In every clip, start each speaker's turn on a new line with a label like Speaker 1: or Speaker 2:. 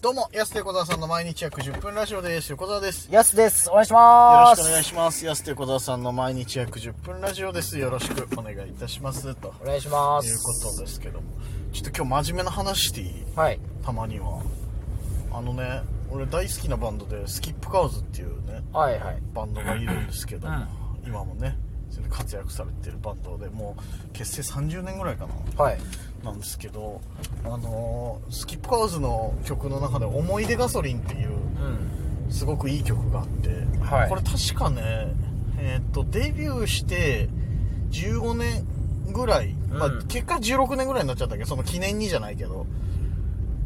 Speaker 1: どうも、安手小沢さんの毎日約10分ラジオです。横澤です。よ
Speaker 2: やすです。お願いしま
Speaker 1: ろ
Speaker 2: す。
Speaker 1: しくお願いします。安手小沢さんの毎日約10分ラジオです。よろしくお願いいたします。と
Speaker 2: お願いします。
Speaker 1: いうことですけども。ちょっと今日真面目な話していい
Speaker 2: はい。
Speaker 1: たまには。あのね、俺大好きなバンドで、スキップカウズっていうね、
Speaker 2: はいはい。
Speaker 1: バンドがいるんですけど、
Speaker 2: うん
Speaker 1: 今もね、活躍されてるバンドで、もう結成30年ぐらいかな。
Speaker 2: はい。
Speaker 1: なんですけど、あのースキップカウズの曲の中で「思い出ガソリン」っていう
Speaker 2: うん。
Speaker 1: すごくいい曲があって、
Speaker 2: はい
Speaker 1: これ確かね、えーっとデビューして15年ぐらい、まあ
Speaker 2: うん
Speaker 1: 結果16年ぐらいになっちゃったけどその記念にじゃないけど、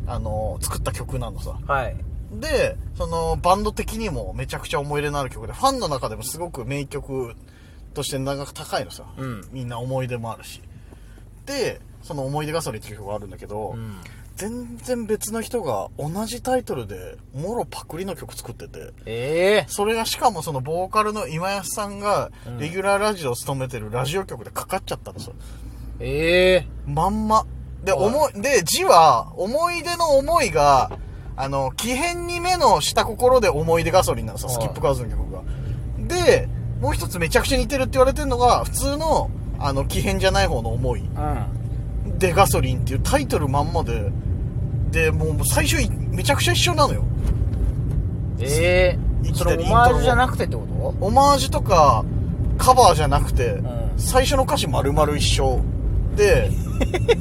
Speaker 1: あのー作った曲なのさ
Speaker 2: はい。
Speaker 1: でそのバンド的にもめちゃくちゃ思い入れのある曲でファンの中でもすごく名曲として長く高いのさ、
Speaker 2: うん
Speaker 1: みんな思い出もあるしでその「思い出ガソリン」っていう曲があるんだけど、
Speaker 2: うん。
Speaker 1: 全然別の人が同じタイトルでもろパクリの曲作ってて
Speaker 2: ええ
Speaker 1: それがしかもそのボーカルの今安さんが
Speaker 2: うん
Speaker 1: レギュラーラジオを務めてるラジオ局でかかっちゃったんですよ
Speaker 2: ええ
Speaker 1: まんまで
Speaker 2: はい
Speaker 1: 思いで字は思い出の思いがあの奇変に目のした心で思い出ガソリンなんですよ
Speaker 2: は
Speaker 1: ス
Speaker 2: い
Speaker 1: キップカーズの曲がでもう一つめちゃくちゃ似てるって言われてるのが普通のあの奇変じゃない方の思い
Speaker 2: うん。
Speaker 1: でガソリンっていうタイトルまんまででもう最初いめちゃくちゃ一緒なのよ
Speaker 2: え
Speaker 1: 生
Speaker 2: え
Speaker 1: き
Speaker 2: そ
Speaker 1: てる
Speaker 2: れオマージュじゃなくてってこ
Speaker 1: オマージュとかカバーじゃなくて、
Speaker 2: ん
Speaker 1: 最初の歌詞丸々一緒 で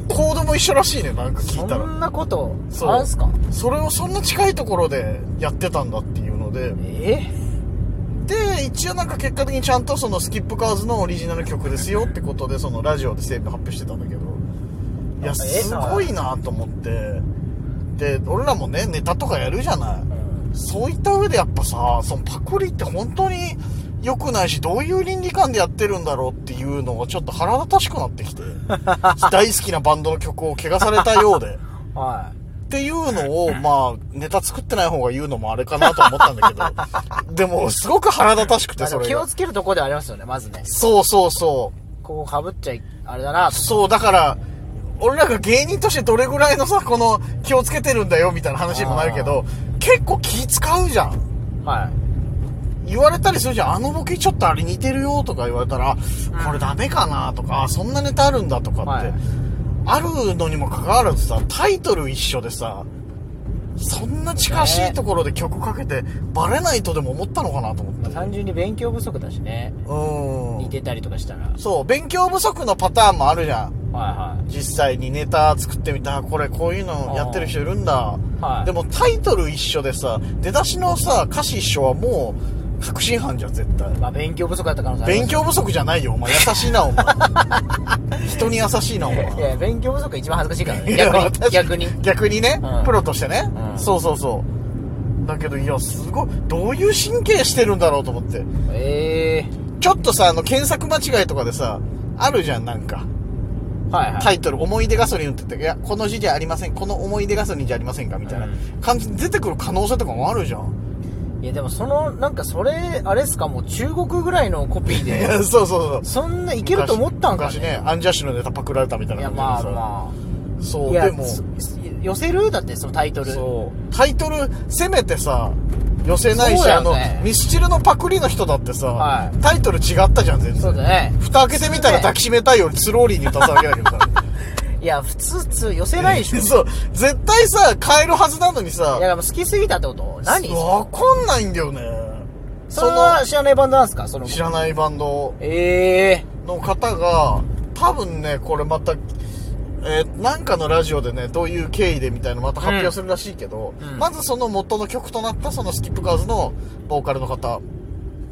Speaker 1: コードも一緒らしいねなんか聞
Speaker 2: と
Speaker 1: いた
Speaker 2: そ
Speaker 1: ら
Speaker 2: んなこと
Speaker 1: そう
Speaker 2: あるんすか
Speaker 1: それをそんな近いところでやってたんだっていうので
Speaker 2: え
Speaker 1: で一応なんか結果的にちゃんとそのスキップカーズのオリジナル曲ですよってことでそのラジオで全部発表してたんだけどいや
Speaker 2: あえ
Speaker 1: すごいなと思ってで俺らもねネタとかやるじゃない、
Speaker 2: えうん。
Speaker 1: そういった上でやっぱさ、そのパクリって本当に良くないし、どういう倫理観でやってるんだろうっていうのがちょっと腹立たしくなって きて、大好きなバンドの曲を汚されたようで、
Speaker 2: は
Speaker 1: っていうのを、まあ、ネタ作ってない方が言うのもあれかなと思ったんだけど、 でも、すごく腹立たしく
Speaker 2: い。ま
Speaker 1: て、
Speaker 2: あで
Speaker 1: そ
Speaker 2: も
Speaker 1: れ
Speaker 2: 気を
Speaker 1: が。
Speaker 2: つけるとこではありますよね、まずね。
Speaker 1: そうそうそう。
Speaker 2: ここ被っちゃい、あれだなと。
Speaker 1: そう、だから、俺らが芸人としてどれぐらいのさ、この、気をつけてるんだよ、みたいな話にもなるけど、結構気使うじゃん。
Speaker 2: は
Speaker 1: 言われたりするじゃん。あのボケちょっとあれ似てるよとか言われたら、これダメかなとか、あそんなネタあるんだとかって、
Speaker 2: はい
Speaker 1: あるのにもかかわらずさ、タイトル一緒でさ、そんな近しいところで曲かけて、バレないとでも思ったのかなと思
Speaker 2: い。まあ
Speaker 1: って。
Speaker 2: 単純に勉強不足だしね。
Speaker 1: う
Speaker 2: 似てたりとかしたら。はい
Speaker 1: ん。そう、勉強不足のパターンもあるじゃん。
Speaker 2: は
Speaker 1: 実際にネタ作ってみた、あこれこういうのやってる人いるんだ。
Speaker 2: い。はい。
Speaker 1: で、もタイトル一緒でさ、出だしのさ、歌詞一緒はもう、確信犯じゃん、絶対。
Speaker 2: まあ勉強不足だった可能性ありま
Speaker 1: 勉
Speaker 2: す
Speaker 1: 強不足じゃないよ、お前。優しいな、お 前。人に優しいな、お
Speaker 2: い
Speaker 1: 前。
Speaker 2: や、勉強不足が一番恥ずかしいからね。
Speaker 1: いや
Speaker 2: 逆に。
Speaker 1: 私
Speaker 2: 逆に。
Speaker 1: 逆にね、
Speaker 2: うん
Speaker 1: プロとしてね、
Speaker 2: うん
Speaker 1: そうそうそう。だけど、いや、すごい、どういう神経してるんだろうと思って。
Speaker 2: ええ
Speaker 1: ちょっとさ、あの、検索間違いとかでさ、あるじゃん、なんか。
Speaker 2: はいはい。
Speaker 1: タイトル、思い出ガソリンって言って、いや、この字じゃありません、この思い出ガソリンじゃありませんかみたいな
Speaker 2: うん
Speaker 1: 感じで出てくる可能性とかもあるじゃん。
Speaker 2: いや、でもその、なんかそれ、あれっすか、もう中国ぐらいのコピー
Speaker 1: い
Speaker 2: で、
Speaker 1: や、 そうそうそう。
Speaker 2: そんないけると思ったんか
Speaker 1: 昔
Speaker 2: ね。
Speaker 1: ね、アンジャッシュのネタパクられたみたい
Speaker 2: い
Speaker 1: な
Speaker 2: や、
Speaker 1: 感じ
Speaker 2: まあ
Speaker 1: でさ
Speaker 2: まあ。
Speaker 1: そう、
Speaker 2: いや、
Speaker 1: でも。
Speaker 2: す寄せるだって、そのタイトル。
Speaker 1: そうタイトルせめてさ寄せない
Speaker 2: そ
Speaker 1: し、
Speaker 2: うだ
Speaker 1: あ
Speaker 2: よ
Speaker 1: の
Speaker 2: ね
Speaker 1: ミスチルのパクリの人だってさ、
Speaker 2: はい
Speaker 1: タイトル違ったじゃん全
Speaker 2: そう
Speaker 1: 然
Speaker 2: だね。
Speaker 1: 蓋開けてみたら抱きしめたいよりスローリーに歌っただけだけどさ
Speaker 2: いや、普通、普通、寄せ ないでしょ。い
Speaker 1: そう絶対さ変えるはずなのにさ
Speaker 2: や、でも好きすぎたってこと何
Speaker 1: わかんないんだよね
Speaker 2: それは知らないバンドなんすかその
Speaker 1: 知らないバンド
Speaker 2: ええ
Speaker 1: の方が多分ねこれまたえーなんかのラジオでねどういう経緯でみたいなのまた発表するらしいけど、
Speaker 2: うんうん
Speaker 1: まずその元の曲となったそのスキップカーズのボーカルの方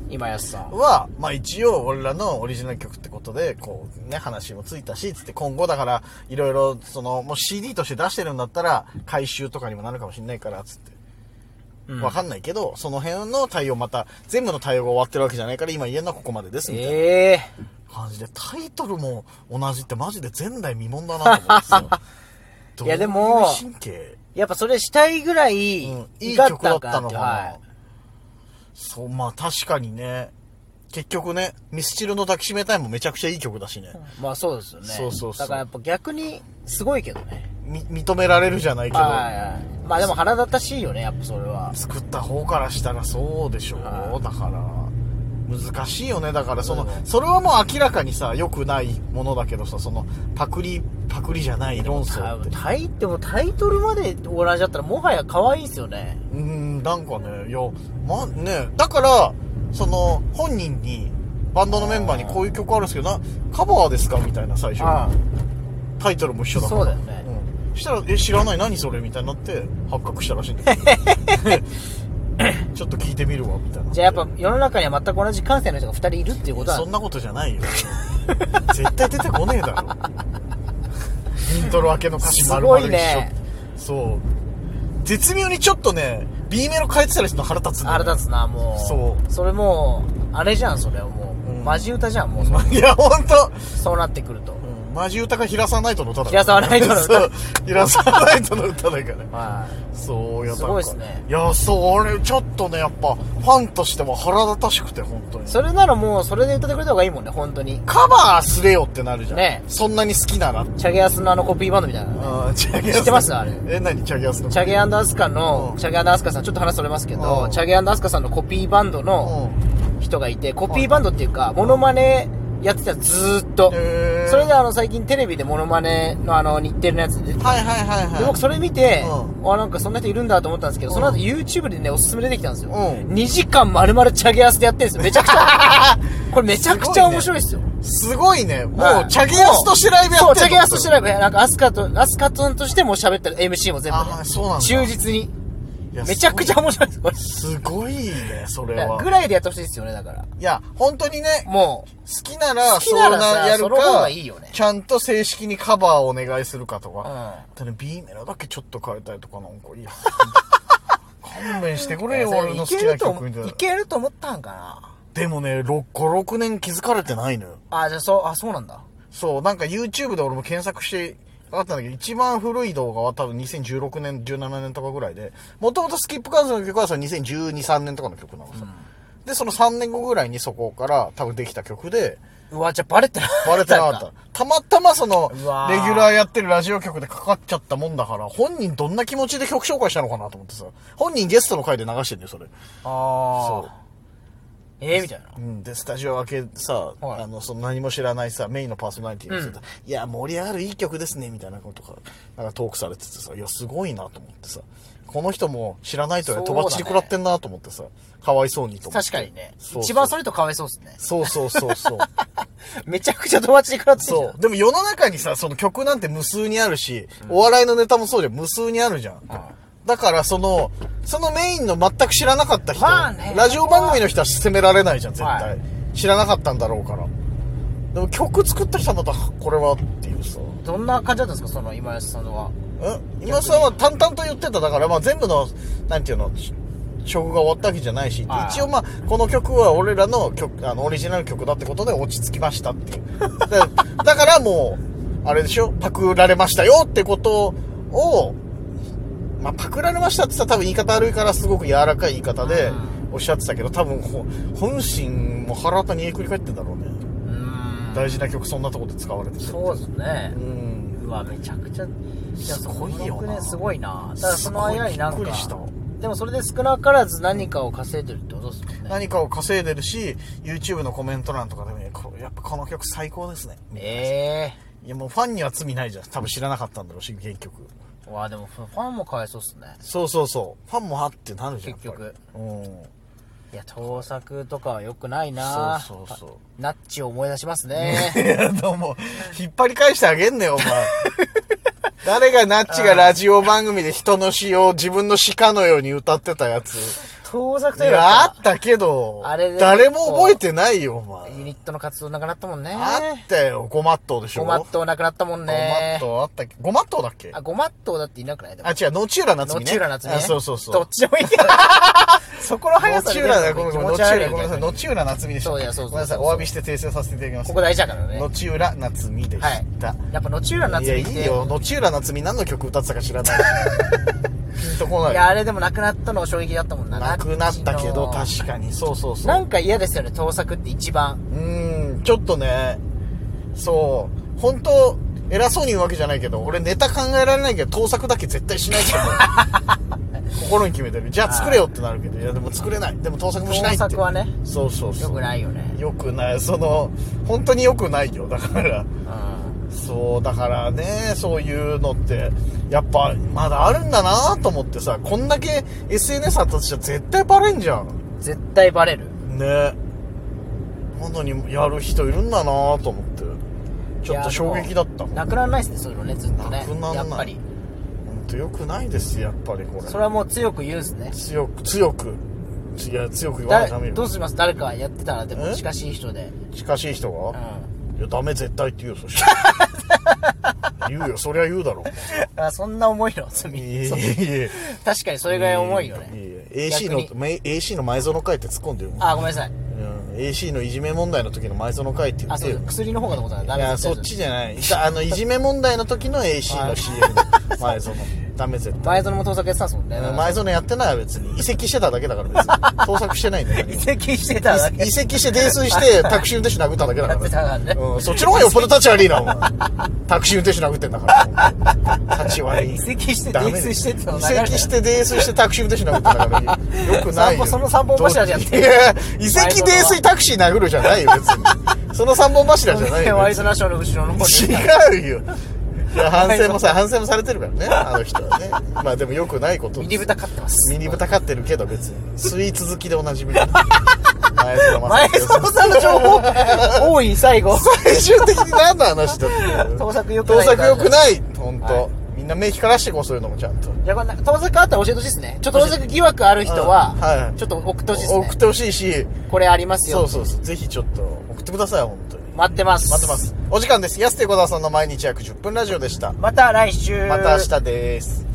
Speaker 2: 今安さん。
Speaker 1: は、まあ一応俺らのオリジナル曲ってことで、こうね、話もついたし、つって今後だから、いろいろ、その、もう CD として出してるんだったら、回収とかにもなるかもしんないから、つって。
Speaker 2: うん
Speaker 1: わかんないけど、その辺の対応また、全部の対応が終わってるわけじゃないから、今言えるのはここまでです、みたいな
Speaker 2: ええ
Speaker 1: 感じで、タイトルも同じってマジで前代未聞だなと思ってさ
Speaker 2: いやでも
Speaker 1: どういう神経
Speaker 2: やっぱそれしたいぐらい、
Speaker 1: うんいい
Speaker 2: 良か
Speaker 1: 曲だっ
Speaker 2: か
Speaker 1: たのかな、
Speaker 2: はい
Speaker 1: そうまあ確かにね結局ねミスチルの抱きしめたいもめちゃくちゃいい曲だしね、
Speaker 2: まあそうですよね。
Speaker 1: そうそうそう
Speaker 2: だからやっぱ逆に、すごいけどね。
Speaker 1: み認められるじゃないけど、
Speaker 2: はいはい。まあでも腹立たしいよね、やっぱそれは。
Speaker 1: 作った方からしたらそうでしょ
Speaker 2: は
Speaker 1: う
Speaker 2: い
Speaker 1: だから難しいよねだからその
Speaker 2: うん
Speaker 1: それはもう明らかにさ良くないものだけどさそのパクリパクリじゃない論争って
Speaker 2: タイ、でもタイトルまで同じだったらもはや可愛いですよね。
Speaker 1: うーんなんかねいやまあねだからその本人にバンドのメンバーにこういう曲あるんですけどなカバーですかみたいな最初
Speaker 2: あ
Speaker 1: タイトルも一緒だから
Speaker 2: そうだよね
Speaker 1: うん、したら「え知らない何それ?」みたいになって発覚したらしいんだけ どちょっと聞いてみるわみたいな
Speaker 2: じゃあやっぱ世の中には全く同じ感性の人が2人いるっていうこと
Speaker 1: そ
Speaker 2: は
Speaker 1: んなことじゃないよ 絶対出てこねえだろイントロ明けの歌詞
Speaker 2: す
Speaker 1: 丸
Speaker 2: ご
Speaker 1: 々一
Speaker 2: い
Speaker 1: 緒、
Speaker 2: ね
Speaker 1: そう絶妙にちょっとね B メロ変えてたりするの腹立つんだよ
Speaker 2: 腹立つな、もう。
Speaker 1: そう
Speaker 2: それもう、あれじゃん、それはもう。
Speaker 1: うん
Speaker 2: マジ歌じゃん、もうそ
Speaker 1: いやほんと、
Speaker 2: そうなってくると。
Speaker 1: うん、マジ歌が平沢ナイトの歌だ
Speaker 2: 平沢ナイトの歌
Speaker 1: そう平沢ナイトの歌だから
Speaker 2: は
Speaker 1: そうやっ
Speaker 2: すごいっすね
Speaker 1: いやそれちょっとねやっぱファンとしても腹立たしくて本当に
Speaker 2: い。それならもう、それで歌ってくれた方がいいもんね、本当に。
Speaker 1: カバーすれよってなるじゃん、
Speaker 2: ね
Speaker 1: そんなに好きなら
Speaker 2: チャゲアスのあのコピーバンドみたいなね。
Speaker 1: あーチャゲアス
Speaker 2: 知ってますあれ
Speaker 1: え何チャゲアスの
Speaker 2: チャゲアスカの
Speaker 1: う、ん
Speaker 2: チャゲアスカさん、ちょっと話それますけど
Speaker 1: う、ん
Speaker 2: チャゲアスカさんのコピーバンドの
Speaker 1: うん
Speaker 2: 人がいて、コピーバンドっていうか、モノマネやってたずーっと。
Speaker 1: へー
Speaker 2: それであの最近テレビでモノマネのあの日テレのやつで出てて
Speaker 1: はいはいはいはい
Speaker 2: で僕それ見て、
Speaker 1: う
Speaker 2: あなんかそんな人いるんだと思ったんですけ
Speaker 1: う
Speaker 2: ど、
Speaker 1: ん
Speaker 2: その後 YouTube でね、おすすめ出てきたんですよ。
Speaker 1: うん
Speaker 2: 2時間丸々チャゲアスでやってるんですよ。めちゃくち ゃ。これめちゃくちゃ面白いですよ。
Speaker 1: すごいねも
Speaker 2: は
Speaker 1: う
Speaker 2: い
Speaker 1: チャゲアスとしてライブやって
Speaker 2: そ
Speaker 1: る
Speaker 2: う、チャゲアスとして
Speaker 1: イ
Speaker 2: ライブ、なんかアスカと、アスカトンとしても喋ったり、MC も全部ね、
Speaker 1: あーそうなんだ
Speaker 2: 忠実に。
Speaker 1: ブ
Speaker 2: めちゃくちゃ面白いです、これ。
Speaker 1: すごいねそれ
Speaker 2: ぐ
Speaker 1: は
Speaker 2: らいでやってほしいですよね、だから。
Speaker 1: いや本当にね
Speaker 2: も
Speaker 1: 好きなら
Speaker 2: 好き
Speaker 1: そう
Speaker 2: ならさ
Speaker 1: なやる
Speaker 2: その方が
Speaker 1: か
Speaker 2: いいよね
Speaker 1: ちゃんと正式にカバーをお願いするかと
Speaker 2: う、うん
Speaker 1: か。ただね B メロだけちょっと変えたりとかなん かいや勘弁してくれよ俺の好
Speaker 2: いけ
Speaker 1: きな
Speaker 2: ると
Speaker 1: 曲
Speaker 2: 思
Speaker 1: みたいな
Speaker 2: う、いけると思ったんかな。
Speaker 1: でもね56年気づかれてないのよ
Speaker 2: あ、じゃあそう、あ、そうなんだ。
Speaker 1: そう、なんか YouTube で俺も検索して、分かったんだけど、一番古い動画は多分2016年、17年とかぐらいで、もともとスキップカウンセの曲はその2012、3年とかの曲なのさ。で、その3年後ぐらいにそこから多分できた曲で、
Speaker 2: うわ、じゃあバレてなかった。
Speaker 1: バレてなかった。たまたまその、レギ
Speaker 2: う
Speaker 1: ュ
Speaker 2: わー
Speaker 1: ラーやってるラジオ局でかかっちゃったもんだから、本人どんな気持ちで曲紹介したのかなと思ってさ、本人ゲストの回で流してんだよ、それ。
Speaker 2: あ
Speaker 1: そう
Speaker 2: あ。ええみたいな。
Speaker 1: うん、でスタジオ明けさ、
Speaker 2: はい
Speaker 1: あのその何も知らないさメインのパーソナリティの人が、いや盛り上がるいい曲ですね」みたいなことかなんかトークされててさ「いやすごいな」と思ってさこの人も知らないと
Speaker 2: そうだ
Speaker 1: と
Speaker 2: ね
Speaker 1: ばっちり食らってんなと思ってさかわいそうにと思って
Speaker 2: 確かにね。
Speaker 1: そうそう
Speaker 2: 一番それとかわいそうですね。
Speaker 1: そうそうそうそう
Speaker 2: めちゃくちゃ友達に食らってんじゃん
Speaker 1: そうでも世の中にさその曲なんて無数にあるし、お笑いのネタもそうじゃん無数にあるじゃん、だからそのそのメインの全く知らなかった人、
Speaker 2: まあね
Speaker 1: ラジオ番組の人は責められないじゃん絶対、
Speaker 2: はい
Speaker 1: 知らなかったんだろうからでも曲作った人はまたこれはっていうさ
Speaker 2: どんな感じだったんですか、その今吉さんのは。
Speaker 1: ん今さんは淡々と言ってただから、まあ、全部のなんていうのし曲が終わったわけじゃないし
Speaker 2: はい
Speaker 1: 一応まあこの曲は俺らの曲あのオリジナル曲だってことで落ち着きましたって いうだだからもうあれでしょパクられましたよってことを、まあ、パクられましたって言ったら多分言い方悪いからすごく柔らかい言い方でおっしゃってたけど多分ほ本心も腹たにえくり返ってんだろうね
Speaker 2: うーん。
Speaker 1: 大事な曲そんなとこで使われてて
Speaker 2: そうですね
Speaker 1: う。ん
Speaker 2: うわ、めちゃくちゃ。いや
Speaker 1: すごいよな
Speaker 2: その六年すごいな。ただその間になんか。
Speaker 1: すごいびっくりした
Speaker 2: でもそれで少なからず何かを稼いでるってことですもんね。
Speaker 1: 何かを稼いでるし YouTube のコメント欄とかでもねこやっぱこの曲最高ですね
Speaker 2: え
Speaker 1: いやもうファンには罪ないじゃん多分知らなかったんだろうし原曲
Speaker 2: えうわ、でもファンもかわいそうっすね。
Speaker 1: そうそうそうファンもはってなるじゃん
Speaker 2: 結局
Speaker 1: やっぱりうん
Speaker 2: いや、盗作とかは良くないな
Speaker 1: そうそうそう
Speaker 2: ナッチを思い出しますね。
Speaker 1: いやどうも引っ張り返してあげんねよお前 誰がナッチがラジオ番組で人の詩を自分の詩かのように歌ってたやつ
Speaker 2: 盗作
Speaker 1: い
Speaker 2: といえ
Speaker 1: やあ
Speaker 2: ば
Speaker 1: っ、たけど
Speaker 2: あれで
Speaker 1: 誰も覚えてないよお前
Speaker 2: ユニットの活動なくなったもんね。
Speaker 1: あったよごまっとうでしょ
Speaker 2: ごまっとうなくなったもんね。
Speaker 1: ごまっとうあったっけごまっとうだっけ
Speaker 2: あ、ごまっとうだっていなくないでも
Speaker 1: あ、違う、野中浦夏
Speaker 2: の
Speaker 1: 美ね。
Speaker 2: ちゅうらなつみね。
Speaker 1: あそうそうそう。
Speaker 2: どっちでもいいけど。そこの速
Speaker 1: 野
Speaker 2: さ
Speaker 1: 中
Speaker 2: で
Speaker 1: 浦だ、ごめんごめん、野中浦、
Speaker 2: 気
Speaker 1: ご
Speaker 2: 持
Speaker 1: めんな
Speaker 2: ち悪
Speaker 1: さい、野中浦夏美でした。
Speaker 2: そういやそうそう
Speaker 1: ごめんなさい、お詫びして訂正させていただきます。
Speaker 2: ここ大事 だからね。
Speaker 1: 野中浦夏美でした。
Speaker 2: はい。やっぱ、のちゅうらないつ
Speaker 1: や、
Speaker 2: み
Speaker 1: い
Speaker 2: って。
Speaker 1: いよ、野中浦夏美何の曲歌ってたか知 らない。ピンとこ
Speaker 2: い
Speaker 1: な
Speaker 2: や、
Speaker 1: い。
Speaker 2: あれでもなくなったのは衝撃だったもんな。
Speaker 1: なくなったけど、
Speaker 2: なっち
Speaker 1: 確かに。そうそう
Speaker 2: の
Speaker 1: そ
Speaker 2: な
Speaker 1: う。
Speaker 2: んか嫌ですよね、盗作って一番。
Speaker 1: うーん、ちょっとね、そう、本当偉そうに言うわけじゃないけど、俺ネタ考えられないけど、盗作だけ絶対しないって 思う心に決めてる。じゃあ作れよってなるけど、いやでも作れない。でも盗作もしないって。
Speaker 2: 盗作はね
Speaker 1: そうそうそう。
Speaker 2: よくないよね
Speaker 1: よくない。その、本当によくないよ。だから。
Speaker 2: うん
Speaker 1: そう、だからね、そういうのって、やっぱ、まだあるんだなと思ってさ、こんだけ SNS あったとしたら絶対バレんじゃん。
Speaker 2: 絶対バレる
Speaker 1: ね。なのにやる人いるんだなと思って。ちょっと衝撃だったもん。
Speaker 2: なくならないですねそういうのねずっとね
Speaker 1: なくならない
Speaker 2: やっぱり
Speaker 1: ほんと良くないですよ、やっぱりこれ。
Speaker 2: それはもう強く言うんですね
Speaker 1: 強く、強く。いや、強く言わな
Speaker 2: だ
Speaker 1: いために
Speaker 2: どうします誰かやってたらでも
Speaker 1: え
Speaker 2: 近しい人で、
Speaker 1: 近しい人
Speaker 2: う
Speaker 1: が、
Speaker 2: ん、
Speaker 1: いや、ダメ絶対って言うよ、そ したら言うよ、そりゃ言うだろ。
Speaker 2: あそんな重いの罪
Speaker 1: いえい
Speaker 2: そう
Speaker 1: え。
Speaker 2: 確かにそれぐらい重いよね
Speaker 1: ね。いえいえ AC の
Speaker 2: 逆、
Speaker 1: め AC の埋蔵の回って突っ込んでるもん。
Speaker 2: あごめんなさい
Speaker 1: うん、AC のいじめ問題の時の埋蔵の回って言
Speaker 2: あ
Speaker 1: っ
Speaker 2: そ
Speaker 1: てよ
Speaker 2: う。薬の方かと思ったらダ
Speaker 1: い
Speaker 2: メ
Speaker 1: や、
Speaker 2: です
Speaker 1: そっちじゃない。あの、いじめ問題の時の AC の CM の前園。ダメ絶対。
Speaker 2: 前園も盗作やってたんですもんね
Speaker 1: 前園やってないは別に。移籍してただけだから別 に。盗作してないんだよ。
Speaker 2: 移籍してただけ
Speaker 1: 移籍して泥酔してタクシー運転手殴っただけ だ
Speaker 2: やってた
Speaker 1: か
Speaker 2: かららね
Speaker 1: うん、そっちの方がよっぽど立ち悪いな、お前。タクシー運転手殴ってんだから。立ち悪い。
Speaker 2: 移籍して
Speaker 1: ダメ
Speaker 2: 泥酔してっての
Speaker 1: 移
Speaker 2: 流れ
Speaker 1: 籍して泥酔してタクシー運転手殴ってんだから。よくないよ。
Speaker 2: 散歩その三本柱じゃん
Speaker 1: いや、移籍泥酔タクシー殴るじゃないよ、別に。その三本柱じゃないよ。
Speaker 2: ワイ
Speaker 1: 別に
Speaker 2: ドナショーの後ろの方に
Speaker 1: 違うよ。いや反省もさ、反省もされてるからね、あの人は ね。まあでもよくないこと。
Speaker 2: ミニブタ飼ってます
Speaker 1: ミニブタ飼ってるけど別に。スイーツ好きでおなじみ。 前園
Speaker 2: 前
Speaker 1: 正樹
Speaker 2: 園さんの情報多い最後
Speaker 1: 最終的に何の話だって。
Speaker 2: 盗作良く
Speaker 1: 盗
Speaker 2: ない
Speaker 1: 作良くない。本当、
Speaker 2: はい
Speaker 1: みんな目光らしてこうそういうのもちゃんと。
Speaker 2: じゃあこれなんか盗作あったら教えてほしいですねちょっと盗作疑惑ある人
Speaker 1: うんは
Speaker 2: はいちょっと送ってほしいですね
Speaker 1: 送ってほしいし、
Speaker 2: これあります
Speaker 1: そう
Speaker 2: よ
Speaker 1: そうそう。ぜひちょっと送ってください、本当に。
Speaker 2: 待ってます
Speaker 1: 待ってます。お時間です。安手小沢さんの毎日約10分ラジオでした。
Speaker 2: また来週
Speaker 1: また明日です。